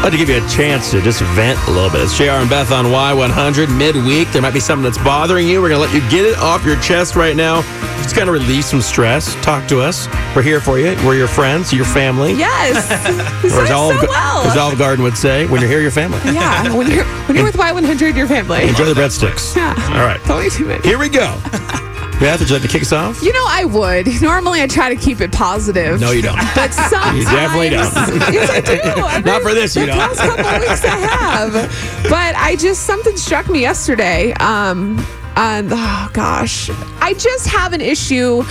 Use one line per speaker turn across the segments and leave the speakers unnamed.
I'd like to give you a chance to just vent a little bit. It's JR and Beth on Y100 midweek. There might be something that's bothering you. We're going to let you get it off your chest right now. Just kind of relieve some stress. Talk to us. We're here for you. We're your friends, your family.
Yes. You
Or
said it
as, Olive,
so well.
as Olive Garden would say, when you're here, your family.
yeah. When you're when you're with Y100, your family.
Enjoy the breadsticks.
Yeah.
All right.
It's only too many.
Here we go. Beth, would you like to kick us off?
You know, I would. Normally, I try to keep it positive.
No, you don't.
But sometimes.
definitely don't.
yes, I do. I
Not
mean,
for this, you
the
don't.
past couple of weeks I have. But I just, something struck me yesterday. Um, and oh gosh, I just have an issue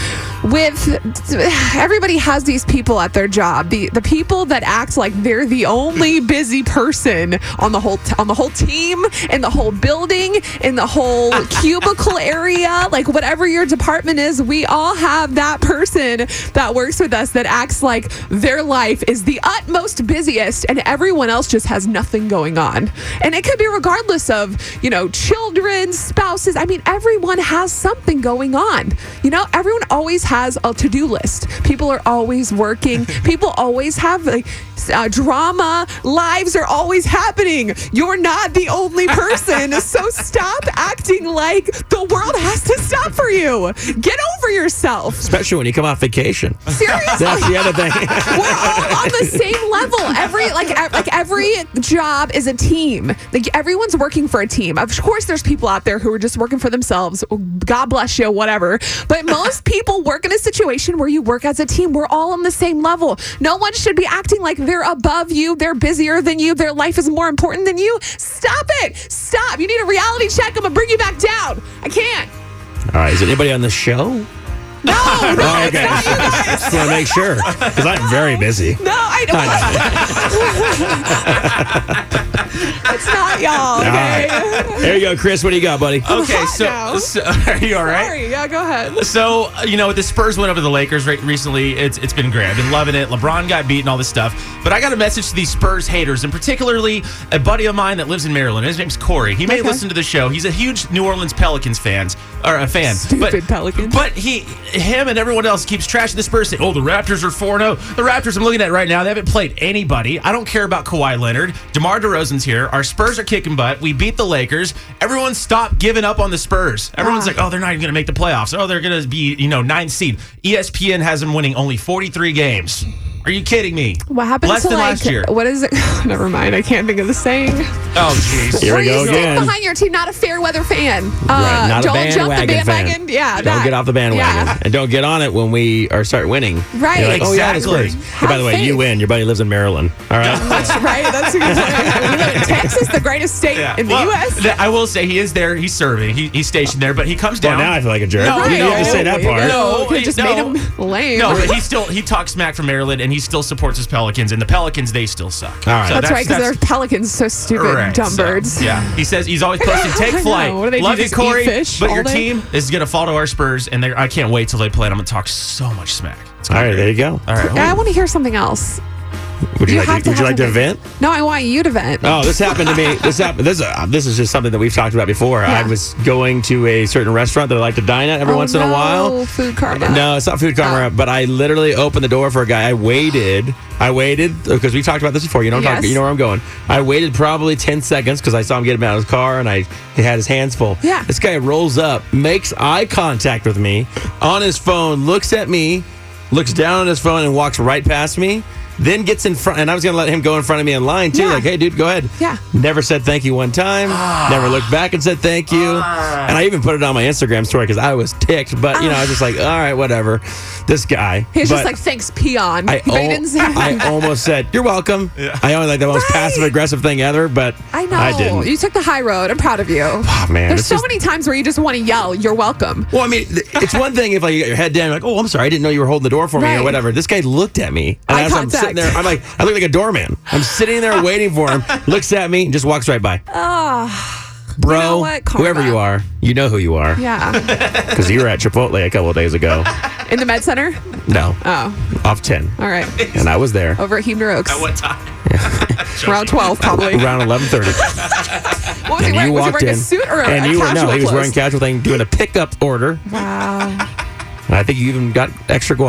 with everybody has these people at their job. The the people that act like they're the only busy person on the whole t- on the whole team in the whole building in the whole cubicle area, like whatever your department is, we all have that person that works with us that acts like their life is the utmost busiest and everyone else just has nothing going on. And it could be regardless of, you know, children, spouses. I mean, everyone has something going on. You know, everyone always has a to do list. People are always working, people always have like, s- uh, drama, lives are always happening. You're not the only person. so stop acting like the world has to stop for you. Get over yourself.
Especially when you come off vacation.
Seriously
That's the other thing.
we're all on the same level. Every like e- like every job is a team. Like everyone's working for a team. Of course, there's people out there who are just working for themselves. God bless you, whatever. But most people work in a situation where you work as a team. We're all on the same level. No one should be acting like they're above you. They're busier than you. Their life is more important than you. Stop it. Stop. You need a reality check. I'm gonna bring you back down. I can't.
All right. Is anybody on the show?
No, no,
Oh,
it's
okay.
not you guys.
Just want to make sure because I'm very busy.
No, I don't. it's not y'all.
All
Okay.
right. There you go, Chris. What do you got, buddy?
Okay,
hot now.
so, so are you all right?
Sorry. Yeah, go ahead.
So uh, you know the Spurs went over the Lakers right recently. It's it's been great. I've been loving it. LeBron got beat and all this stuff. But I got a message to these Spurs haters, and particularly a buddy of mine that lives in Maryland. His name's Corey. He may
Okay.
listen to the show. He's a huge New Orleans Pelicans fans or a fan.
Stupid Pelicans.
But he, him, and everyone else keeps trashing the Spurs. Saying, "Oh, the Raptors are 4-0. The Raptors. I'm looking at right now. They haven't played anybody. I don't care about Kawhi Leonard. DeMar DeRozan's here. Our Spurs are kicking butt. We beat the Lakers. Everyone stop giving up on the Spurs. Everyone's
Ah.
like, oh, they're not even going to make the playoffs. Oh, they're going to be, you know, ninth seed. E ESPN has them winning only 43 games. Are you kidding me?
What happened
Less
to
than
like
last year.
what is it? Oh, Never mind. I can't think of the saying.
Oh, jeez.
Here we
Where
go
you stand
again.
behind your team, not a fair weather fan. Uh,
Right, not
don't
a bandwagon
jump the bandwagon.
fan.
Yeah,
don't
that.
get off the bandwagon,
Yeah.
and don't get on it when we are start winning. You're
Right.
like, oh yeah, the
Exactly.
Spurs. Hey, by the way,
Have
you
faith.
win. Your buddy lives in Maryland. All right.
That's right. That's a good point. Texas, the greatest state
Yeah.
in the
Well,
U.S.
th- I will say he is there. He's serving. He, he's stationed there, but he comes
well,
down.
now I feel like a jerk.
No,
you
no.
didn't have to say that part.
No,
Could've just
no.
made him lame.
No, but he still he talks smack from Maryland, and he still supports his Pelicans, and the Pelicans they still suck.
All right.
that's, right, because
that's-
they're pelicans, so stupid,
Correct,
dumb
so,
birds.
yeah, he says he's always posting
I
take
know.
flight.
What do they do,
Love you,
just eat
Corey,
fish
but
all
your
day?
team is gonna fall to our Spurs, and they're- I can't wait till they play. And I'm gonna talk so much smack. It's
All
gonna
right,
be
there you
great.
go.
All right,
I want to hear something else.
Would you,
You
like
have
to,
to
would you
have
like to
a-
vent?
No, I want you to vent.
Oh, this happened to me. This happened. This is uh, this is just something that we've talked about before.
Yeah.
I was going to a certain restaurant that I like to dine at every
Oh,
once in a
no,
while.
Food karma.
No, it's not food karma,
Oh.
but I literally opened the door for a guy. I waited. I waited because we talked about this before. You don't talk,
Yes.
you know where I'm going. I waited probably 10 seconds because I saw him get him out of his car and I he had his hands full.
Yeah.
This guy rolls up, makes eye contact with me on his phone, looks at me, looks down on his phone and walks right past me. Then gets in front, and I was gonna let him go in front of me in line too.
Yeah.
Like, hey, dude, go ahead.
Yeah. Ah.
Never said thank you one time. never looked back and said thank you. and I even put it on my Instagram story because I was ticked. But you know, I was just like, all right, whatever. This guy.
Ah. He was just
But
like, thanks, peon.
I,
but he
al-
didn't say
I almost said, you're welcome. I only like the most
Right.
passive aggressive thing ever, but
I know.
I didn't.
You took the high road. I'm proud of you. Oh,
man,
There's
it's
so
just-
many times where you just want to yell, you're welcome.
Well, I mean, th- it's one thing if like you got your head down, like, oh, I'm sorry, I didn't know you were holding the door for me
Right.
or whatever. This guy looked at me, and
Eye
as I'm sitting
contact.
there, I'm like, I look like a doorman. I'm sitting there waiting for him. Looks at me and just walks right by. Bro,
You Uh, know what? Karma.
whoever you are, you know who you are
Yeah.
because you were at Chipotle a couple of days ago.
In the med center?
No,
Oh,
off ten,
all right.
and I was there
Over at Huebner Oaks.
at what time?
Around 12, probably. what
around eleven thirty.
was he
And
wearing?
you
Was he
walked
wearing
in,
a suit or a,
and
a
you were
casual
no, he was
clothes?
wearing casual thing, doing a pickup order.
Wow.
And I think you even got extra
Mm.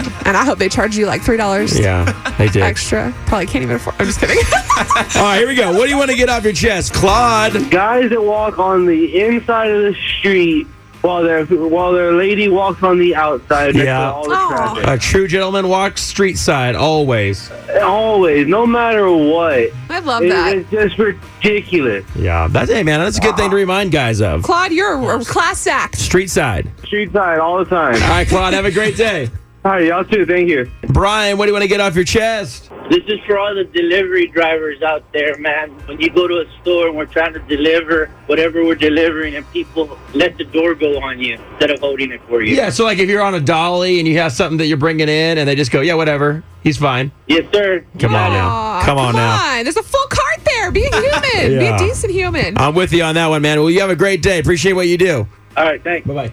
guac.
And I hope they charge you like three dollars
yeah, they did.
extra. Probably can't even afford. I'm just kidding.
All right, here we go. What do you want to get off your chest, Claude?
guys that walk on the inside of the street while their while their lady walks on the outside next
Yeah.
to all the
Aw.
traffic.
A true gentleman walks street side always.
Always, no matter what. It-
I love that.
It's just ridiculous.
Yeah, that's hey man, that's a good thing to remind guys of.
Claude, you're a, a class act.
Street side.
Street side all the time.
All right, Claude, have a great day.
All right, y'all too. Thank you.
Brian, what do you want to get off your chest?
This is for all the delivery drivers out there, man. When you go to a store and we're trying to deliver whatever we're delivering, and people let the door go on you instead of holding it for you.
Yeah, so like if you're on a dolly and you have something that you're bringing in and they just go, yeah, whatever, he's fine.
Yes, sir.
Come on now.
Aw,
Come on now.
There's a full cart there. Be a human. Be
Yeah.
a decent human.
I'm with you on that one, man. Well, you have a great day. Appreciate what you do.
All right, thanks.
Bye bye.